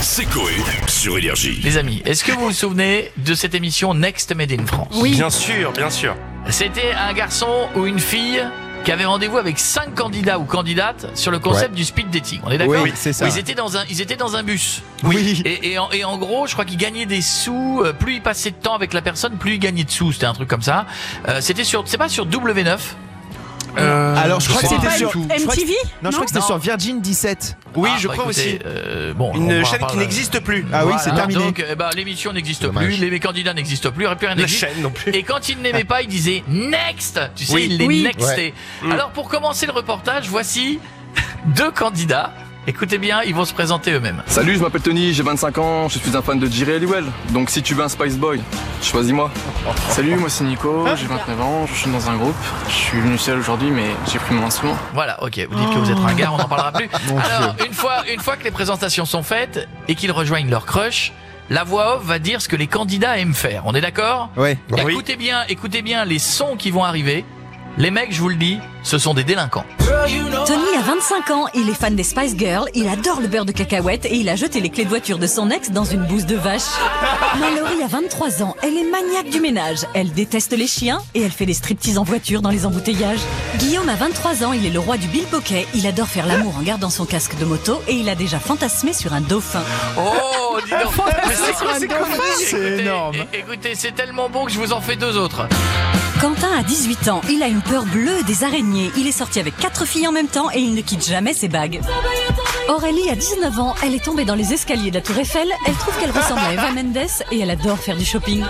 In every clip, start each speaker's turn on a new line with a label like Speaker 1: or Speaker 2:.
Speaker 1: C'est Coé sur Énergie.
Speaker 2: Les amis, est-ce que vous vous souvenez de cette émission Next Made in France
Speaker 3: Oui.
Speaker 4: Bien sûr, bien sûr.
Speaker 2: C'était un garçon ou une fille qui avait rendez-vous avec cinq candidats ou candidates sur le concept du speed dating. On est d'accord
Speaker 3: Oui, c'est ça.
Speaker 2: Ils étaient dans un, ils étaient dans un bus.
Speaker 3: Oui.
Speaker 2: Et, et en, et en gros, je crois qu'ils gagnaient des sous. euh, Plus ils passaient de temps avec la personne, plus ils gagnaient de sous. C'était un truc comme ça. Euh, c'était sur, c'est pas sur W9.
Speaker 4: Euh,
Speaker 3: Alors, je crois que
Speaker 2: sais
Speaker 3: c'était
Speaker 2: pas
Speaker 3: sur.
Speaker 2: du
Speaker 3: je crois que-
Speaker 5: MTV
Speaker 3: Non, je crois que c'était
Speaker 2: Non.
Speaker 3: sur Virgin 17.
Speaker 4: Oui,
Speaker 2: Ah,
Speaker 4: je
Speaker 2: bah,
Speaker 4: crois
Speaker 2: écoutez,
Speaker 4: aussi.
Speaker 2: euh, bon, on
Speaker 4: Une
Speaker 2: va en
Speaker 4: chaîne qui
Speaker 2: parler.
Speaker 4: n'existe plus.
Speaker 3: Ah oui, c'est
Speaker 2: Voilà.
Speaker 3: terminé.
Speaker 2: Donc, eh ben, l'émission n'existe plus,
Speaker 3: Dommage.
Speaker 2: les candidats n'existent plus, plus rien
Speaker 4: La
Speaker 2: n'existe.
Speaker 4: chaîne non plus.
Speaker 2: Et quand il n'aimait pas, il disait next. Tu sais,
Speaker 4: Oui.
Speaker 2: il les
Speaker 5: Oui.
Speaker 2: nextait.
Speaker 4: Mm.
Speaker 2: Alors pour commencer le reportage, voici deux candidats. Écoutez bien, ils vont se présenter eux-mêmes.
Speaker 6: Salut, je m'appelle Tony, j'ai 25 ans, je suis un fan de Jiré Eliwell. Donc si tu veux un Spice Boy, choisis-moi.
Speaker 7: Salut, moi c'est Nico,
Speaker 8: Hein
Speaker 7: j'ai 29 ans, je suis dans un groupe. Je suis venu seul aujourd'hui, mais j'ai pris mon instrument.
Speaker 2: Voilà, ok. Vous dites que vous êtes ringard, on n'en parlera plus. Alors une fois, une fois que les présentations sont faites et qu'ils rejoignent leur crush, la voix off va dire ce que les candidats aiment faire. On est d'accord
Speaker 3: Ouais.
Speaker 4: Bah Oui.
Speaker 2: Écoutez bien, écoutez bien les sons qui vont arriver. Les mecs, je vous le dis, ce sont des délinquants.
Speaker 5: Tony a 25 ans, il est fan des Spice Girls, il adore le beurre de cacahuète et il a jeté les clés de voiture de son ex dans une bouse de vache. Mallory a 23 ans, elle est maniaque du ménage, elle déteste les chiens et elle fait des striptease en voiture dans les embouteillages. Guillaume a 23 ans, il est le roi du Bill Pocket, il adore faire l'amour en gardant son casque de moto et il a déjà fantasmé sur un dauphin.
Speaker 2: Oh, dis donc. Mais c'est quoi, c'est quoi
Speaker 3: Ah, C'est
Speaker 2: Écoutez,
Speaker 3: énorme.
Speaker 2: é- Écoutez, c'est tellement bon que je vous en fais deux autres.
Speaker 5: Quentin a 18 ans, il a une peur bleue des araignées, il est sorti avec quatre filles en même temps et il ne quitte jamais ses bagues. Aurélie a 19 ans, elle est tombée dans les escaliers de la Tour Eiffel, elle trouve qu'elle ressemble à Eva Mendes et elle adore faire du shopping.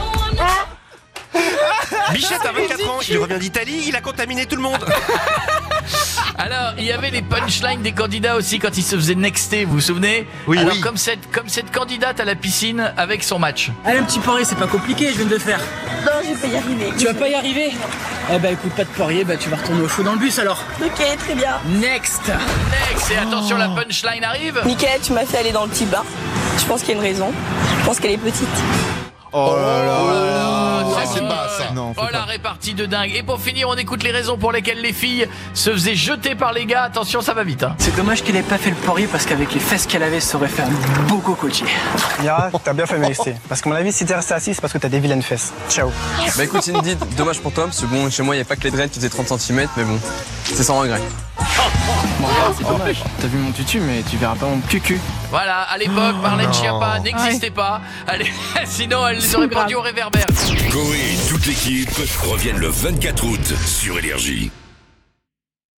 Speaker 4: Bichette a 24 ans, il revient d'Italie, il a contaminé tout le monde.
Speaker 2: Alors, il y avait les punchlines des candidats aussi quand ils se faisaient nexter, vous vous souvenez
Speaker 4: Oui,
Speaker 2: Alors,
Speaker 4: oui.
Speaker 2: Comme, cette, comme cette candidate à la piscine avec son match.
Speaker 8: Allez, un petit porré, c'est pas compliqué, je viens de le faire.
Speaker 9: Non, je vais pas y arriver.
Speaker 8: Tu vas pas y arriver Eh bah écoute, pas de porrier, bah tu vas retourner au chaud dans le bus alors.
Speaker 9: Ok, très bien.
Speaker 8: Next
Speaker 2: Next, et attention, la punchline arrive.
Speaker 9: Mickaël, tu m'as fait aller dans le petit bar. Je pense qu'il y a une raison. Je pense qu'elle est petite.
Speaker 3: Oh là
Speaker 2: Ah,
Speaker 3: là.
Speaker 2: ça, c'est
Speaker 3: pas
Speaker 2: bon.
Speaker 3: ça. Non, faut
Speaker 2: oh
Speaker 3: pas.
Speaker 2: la répartie de dingue. Et pour finir, on écoute les raisons pour lesquelles les filles se faisaient jeter par les gars. Attention, ça va vite. Hein.
Speaker 8: C'est dommage qu'il ait pas fait le porrier parce qu'avec les fesses qu'elle avait, ça aurait fait un beau cocotier.
Speaker 10: Yara, t'as bien fait me laisser. Parce que à mon avis, si t'es resté assis, c'est parce que t'as des vilaines fesses. Ciao.
Speaker 7: Bah écoute, Cindy, dommage pour toi, parce que bon, chez moi, il n'y a pas que les dreads qui faisaient 30 cm, mais bon, c'est sans regret.
Speaker 10: Bon, regarde, c'est dommage.
Speaker 7: T'as vu mon tutu, mais tu verras pas mon cucu.
Speaker 2: Voilà, à l'époque, Marlène Schiappa n'existait pas. Elle est- Sinon, elle aurait
Speaker 3: grave.
Speaker 2: répondu au réverbère.
Speaker 1: Coé et toute l'équipe reviennent le 24 août sur Énergie.